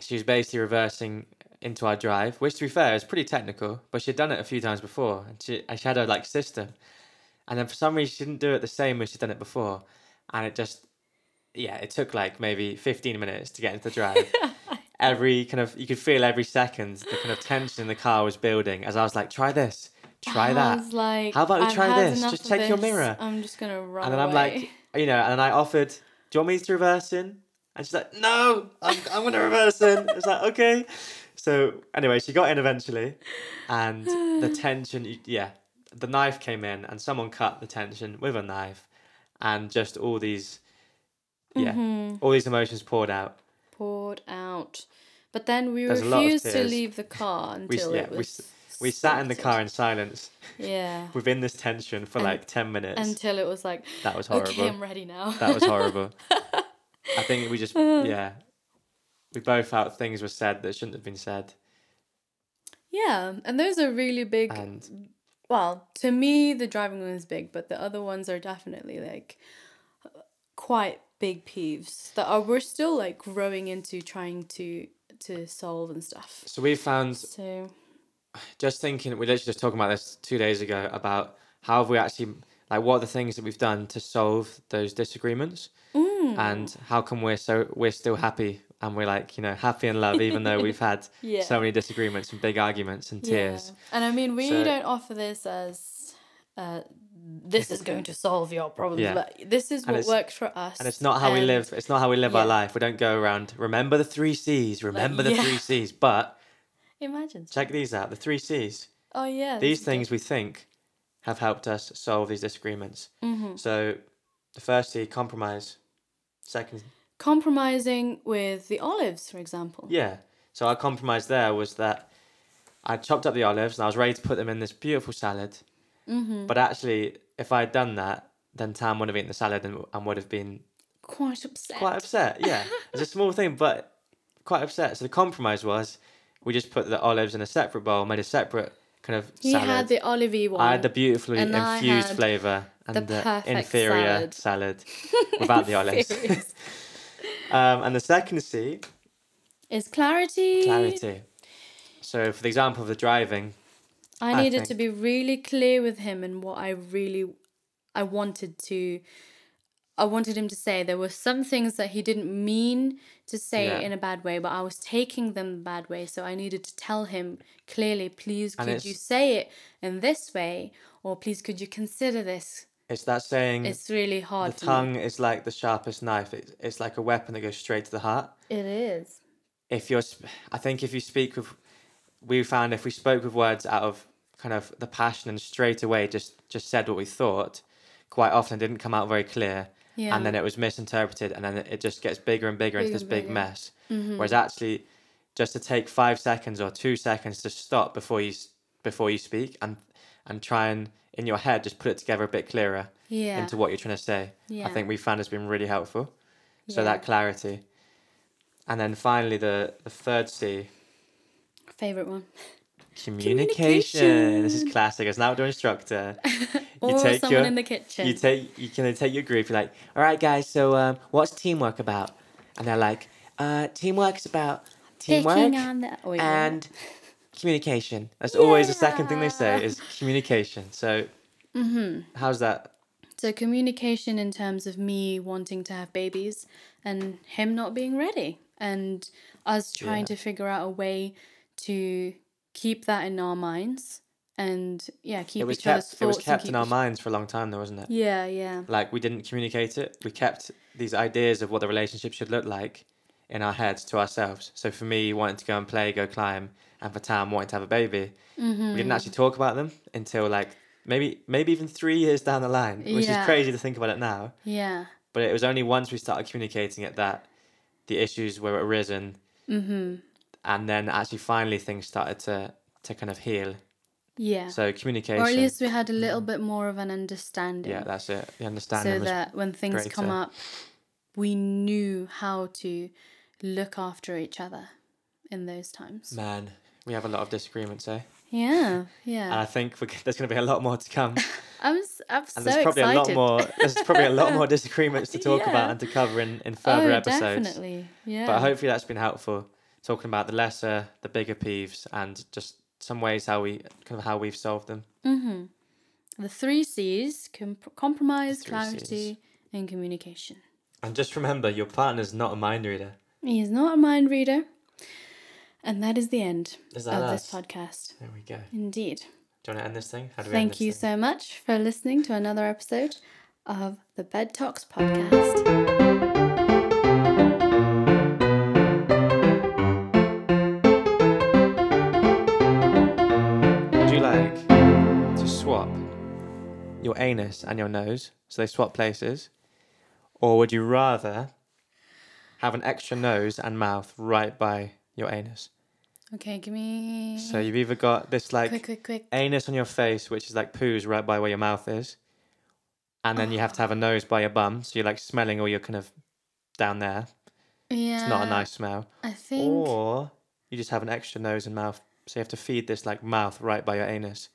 [SPEAKER 2] she was basically reversing into our drive, which to be fair is pretty technical, but she'd done it a few times before, and she and she had her like system, and then for some reason she didn't do it the same as she'd done it before, and it just, yeah, it took like maybe fifteen minutes to get into the drive, every kind of you could feel every second the kind of tension in the car was building as I was like, try this, try
[SPEAKER 1] I
[SPEAKER 2] that.
[SPEAKER 1] was like,
[SPEAKER 2] How about we
[SPEAKER 1] "I've
[SPEAKER 2] try
[SPEAKER 1] had
[SPEAKER 2] this?
[SPEAKER 1] enough
[SPEAKER 2] Just
[SPEAKER 1] of
[SPEAKER 2] take your
[SPEAKER 1] this.
[SPEAKER 2] mirror."
[SPEAKER 1] I'm just gonna run.
[SPEAKER 2] and then I'm like, you know, and I offered, do you want me to reverse in? And she's like, no, I'm, I'm going to reverse in. I was like, okay. So anyway, she got in eventually, and the tension, yeah, the knife came in, and someone cut the tension with a knife, and just all these, yeah, all these emotions poured out.
[SPEAKER 1] poured out. But then we
[SPEAKER 2] There's a lot of
[SPEAKER 1] refused to
[SPEAKER 2] tears.
[SPEAKER 1] leave the car
[SPEAKER 2] We,
[SPEAKER 1] until
[SPEAKER 2] yeah,
[SPEAKER 1] it
[SPEAKER 2] we,
[SPEAKER 1] was.
[SPEAKER 2] s- we sat in the
[SPEAKER 1] sorted.
[SPEAKER 2] car in silence
[SPEAKER 1] Yeah,
[SPEAKER 2] within this tension for like ten minutes.
[SPEAKER 1] until it was like,
[SPEAKER 2] that was horrible.
[SPEAKER 1] okay, I'm ready now.
[SPEAKER 2] That was horrible. I think we just yeah. We both felt things were said that shouldn't have been said.
[SPEAKER 1] yeah, and those are really
[SPEAKER 2] Uh,
[SPEAKER 1] big.
[SPEAKER 2] And
[SPEAKER 1] well, to me, the driving one is big, but the other ones are definitely like quite big peeves that are we're still like growing into trying to to solve and stuff.
[SPEAKER 2] so we found
[SPEAKER 1] So
[SPEAKER 2] just thinking we literally just talking about this two days ago about how have we actually like what are the things that we've done to solve those disagreements
[SPEAKER 1] Mm.
[SPEAKER 2] and how come we're so we're still happy and we're like you know happy in love even though we've had
[SPEAKER 1] Yeah.
[SPEAKER 2] so many disagreements and big arguments and tears
[SPEAKER 1] Yeah. And I mean, we
[SPEAKER 2] So-
[SPEAKER 1] don't offer this as uh, this is going to solve your problems,
[SPEAKER 2] Yeah.
[SPEAKER 1] but this is what
[SPEAKER 2] it's-
[SPEAKER 1] works for us.
[SPEAKER 2] and it's not how we
[SPEAKER 1] and-
[SPEAKER 2] live it's not how we live our
[SPEAKER 1] yeah.
[SPEAKER 2] life we don't go around remember the three c's remember the
[SPEAKER 1] yeah.
[SPEAKER 2] three c's but
[SPEAKER 1] Imagine.
[SPEAKER 2] check these out the three c's
[SPEAKER 1] Oh yeah.
[SPEAKER 2] these
[SPEAKER 1] this is
[SPEAKER 2] things we think have helped us solve these disagreements.
[SPEAKER 1] Mm-hmm.
[SPEAKER 2] So the first C, compromise. Second,
[SPEAKER 1] good. compromising with the olives, for example.
[SPEAKER 2] yeah. So our compromise there was that I chopped up the olives and I was ready to put them in this beautiful salad.
[SPEAKER 1] Mm-hmm.
[SPEAKER 2] But actually, if I had done that, then Tam would have eaten the salad and, and would have been
[SPEAKER 1] Quite upset.
[SPEAKER 2] quite upset. Yeah, it's a small thing, but quite upset. So the compromise was we just put the olives in a separate bowl, made a separate kind of
[SPEAKER 1] he
[SPEAKER 2] salad.
[SPEAKER 1] had the olivey one.
[SPEAKER 2] I had the beautifully
[SPEAKER 1] and I
[SPEAKER 2] infused
[SPEAKER 1] had
[SPEAKER 2] flavour and the,
[SPEAKER 1] perfect
[SPEAKER 2] inferior salad,
[SPEAKER 1] salad.
[SPEAKER 2] without the olives.
[SPEAKER 1] Serious.
[SPEAKER 2] um, and the second C,
[SPEAKER 1] Is clarity.
[SPEAKER 2] clarity. So, for the example of the driving,
[SPEAKER 1] I
[SPEAKER 2] I
[SPEAKER 1] needed
[SPEAKER 2] think.
[SPEAKER 1] to be really clear with him and what I really I wanted to I wanted him to say. There were some things that he didn't mean to say
[SPEAKER 2] Yeah.
[SPEAKER 1] in a bad way, but I was taking them the bad way, so I needed to tell him clearly, please
[SPEAKER 2] And
[SPEAKER 1] could
[SPEAKER 2] it's-
[SPEAKER 1] you say it in this way or please could you consider this?
[SPEAKER 2] it's that saying
[SPEAKER 1] It's really
[SPEAKER 2] Mm. the
[SPEAKER 1] hard for me.
[SPEAKER 2] tongue is like the sharpest knife. It, it's like a weapon that goes straight to the heart.
[SPEAKER 1] It is.
[SPEAKER 2] If you're, sp- I think if you speak with, we found if we spoke with words out of kind of the passion and straight away just just said what we thought, quite often it didn't come out very clear.
[SPEAKER 1] Yeah.
[SPEAKER 2] and then it was misinterpreted, and then it- it just gets bigger and bigger into
[SPEAKER 1] Bigger
[SPEAKER 2] this
[SPEAKER 1] and
[SPEAKER 2] big
[SPEAKER 1] bigger. Mm-hmm.
[SPEAKER 2] mess. Whereas actually, just to take five seconds or two seconds to stop before you s- before you speak, and and try and in your head just put it together a bit clearer
[SPEAKER 1] Yeah.
[SPEAKER 2] into what you're trying to say.
[SPEAKER 1] Yeah.
[SPEAKER 2] I think we found has been really helpful. So
[SPEAKER 1] Yeah.
[SPEAKER 2] that clarity, and then finally the the third C.
[SPEAKER 1] Favorite one.
[SPEAKER 2] Communication. This is classic. As an outdoor instructor,
[SPEAKER 1] Or Oh, someone in the kitchen.
[SPEAKER 2] you take you can take your group. You're like, all right, guys. So um, what's teamwork about? And they're like, uh, teamwork's about teamwork
[SPEAKER 1] Taking on the oh, wait,
[SPEAKER 2] and communication. That's always the second thing they say is communication. So
[SPEAKER 1] Mm-hmm.
[SPEAKER 2] how's that?
[SPEAKER 1] So communication in terms of me wanting to have babies and him not being ready and us trying
[SPEAKER 2] Yeah.
[SPEAKER 1] to figure out a way to keep that in our minds and yeah, keep
[SPEAKER 2] It was
[SPEAKER 1] each other's
[SPEAKER 2] kept.
[SPEAKER 1] thoughts.
[SPEAKER 2] It was
[SPEAKER 1] and
[SPEAKER 2] kept in
[SPEAKER 1] keep
[SPEAKER 2] our
[SPEAKER 1] each-
[SPEAKER 2] minds for a long time, though, wasn't it?
[SPEAKER 1] Yeah, yeah.
[SPEAKER 2] Like we didn't communicate it. We kept these ideas of what the relationship should look like in our heads to ourselves. So for me, wanting to go and play, go climb, and for Tam wanting to have a baby, we
[SPEAKER 1] Mm-hmm.
[SPEAKER 2] didn't actually talk about them until like maybe maybe even three years down the line, which
[SPEAKER 1] Yeah.
[SPEAKER 2] is crazy to think about it now.
[SPEAKER 1] Yeah.
[SPEAKER 2] But it was only once we started communicating it that the issues were arisen,
[SPEAKER 1] Mm-hmm.
[SPEAKER 2] and then actually finally things started to to kind of heal.
[SPEAKER 1] Yeah.
[SPEAKER 2] So communication,
[SPEAKER 1] or at least we had a little bit more of an understanding.
[SPEAKER 2] yeah, that's it. The
[SPEAKER 1] so
[SPEAKER 2] understanding was
[SPEAKER 1] that when things come
[SPEAKER 2] greater.
[SPEAKER 1] up we knew how to look after each other in those times.
[SPEAKER 2] man. We have a lot of disagreements, eh?
[SPEAKER 1] Yeah. Yeah.
[SPEAKER 2] And I think we're, g- there's going to be a lot more to come.
[SPEAKER 1] I'm, s- I'm so
[SPEAKER 2] Uh, And there's probably
[SPEAKER 1] excited.
[SPEAKER 2] a lot more. There's probably a lot more disagreements to talk
[SPEAKER 1] Yeah.
[SPEAKER 2] about and to cover in, in further
[SPEAKER 1] oh,
[SPEAKER 2] episodes.
[SPEAKER 1] Definitely. Yeah.
[SPEAKER 2] But hopefully that's been helpful. Talking about the lesser, the bigger peeves, and just some ways how we kind of how we've solved them.
[SPEAKER 1] Mm-hmm. the three C's comp- compromise,
[SPEAKER 2] three
[SPEAKER 1] clarity,
[SPEAKER 2] Cs.
[SPEAKER 1] and communication.
[SPEAKER 2] And just remember, your partner's not a mind reader.
[SPEAKER 1] He is not a mind reader. And that is the end
[SPEAKER 2] Is that
[SPEAKER 1] of
[SPEAKER 2] us?
[SPEAKER 1] this podcast.
[SPEAKER 2] There we go. Do
[SPEAKER 1] Indeed.
[SPEAKER 2] you want to end this thing? How do we end
[SPEAKER 1] Thank
[SPEAKER 2] this
[SPEAKER 1] you
[SPEAKER 2] thing?
[SPEAKER 1] so much for listening to another episode of the Bed Talks podcast.
[SPEAKER 2] Would you like to swap your anus and your nose so they swap places? Or would you rather have an extra nose and mouth right by your anus?
[SPEAKER 1] Okay, give me
[SPEAKER 2] So you've either got this like
[SPEAKER 1] quick, quick, quick.
[SPEAKER 2] anus on your face, which is like poos right by where your mouth is. And then you have to have a nose by your bum, so you're like smelling all your kind of down there.
[SPEAKER 1] Yeah,
[SPEAKER 2] It's not a nice Oh, smell.
[SPEAKER 1] I think
[SPEAKER 2] Or you just have an extra nose and mouth, so you have to feed this like mouth right by your anus.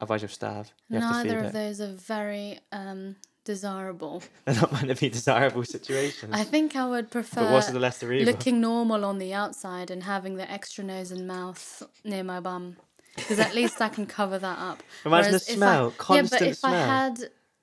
[SPEAKER 2] Otherwise you'll starve. You have to
[SPEAKER 1] neither
[SPEAKER 2] feed
[SPEAKER 1] of
[SPEAKER 2] it.
[SPEAKER 1] those are very um, desirable.
[SPEAKER 2] They're not meant to be desirable situations.
[SPEAKER 1] I think I would
[SPEAKER 2] but what's the
[SPEAKER 1] prefer
[SPEAKER 2] lesser evil?
[SPEAKER 1] looking normal on the outside and having the extra nose and mouth near my bum, because at least I can cover that up.
[SPEAKER 2] Imagine the
[SPEAKER 1] if I-
[SPEAKER 2] smell,
[SPEAKER 1] Yeah,
[SPEAKER 2] constant
[SPEAKER 1] but if I
[SPEAKER 2] smell.
[SPEAKER 1] had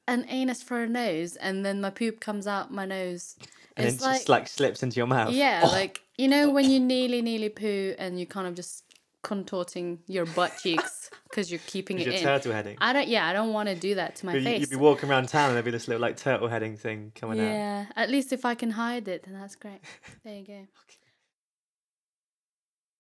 [SPEAKER 1] an anus for a nose and then my poop comes out my nose,
[SPEAKER 2] and
[SPEAKER 1] it's
[SPEAKER 2] it just like slips into your mouth.
[SPEAKER 1] Yeah,
[SPEAKER 2] Oh,
[SPEAKER 1] like you know when you nearly nearly poo and you kind of just contorting your butt cheeks because you're keeping
[SPEAKER 2] it's
[SPEAKER 1] it
[SPEAKER 2] your
[SPEAKER 1] in.
[SPEAKER 2] turtle heading.
[SPEAKER 1] I don't. Yeah, I don't want to do that to my
[SPEAKER 2] You-
[SPEAKER 1] face.
[SPEAKER 2] You'd be walking around town and there'd be this little like turtle heading thing coming out.
[SPEAKER 1] yeah, at least if I can hide it, then that's great. There you go.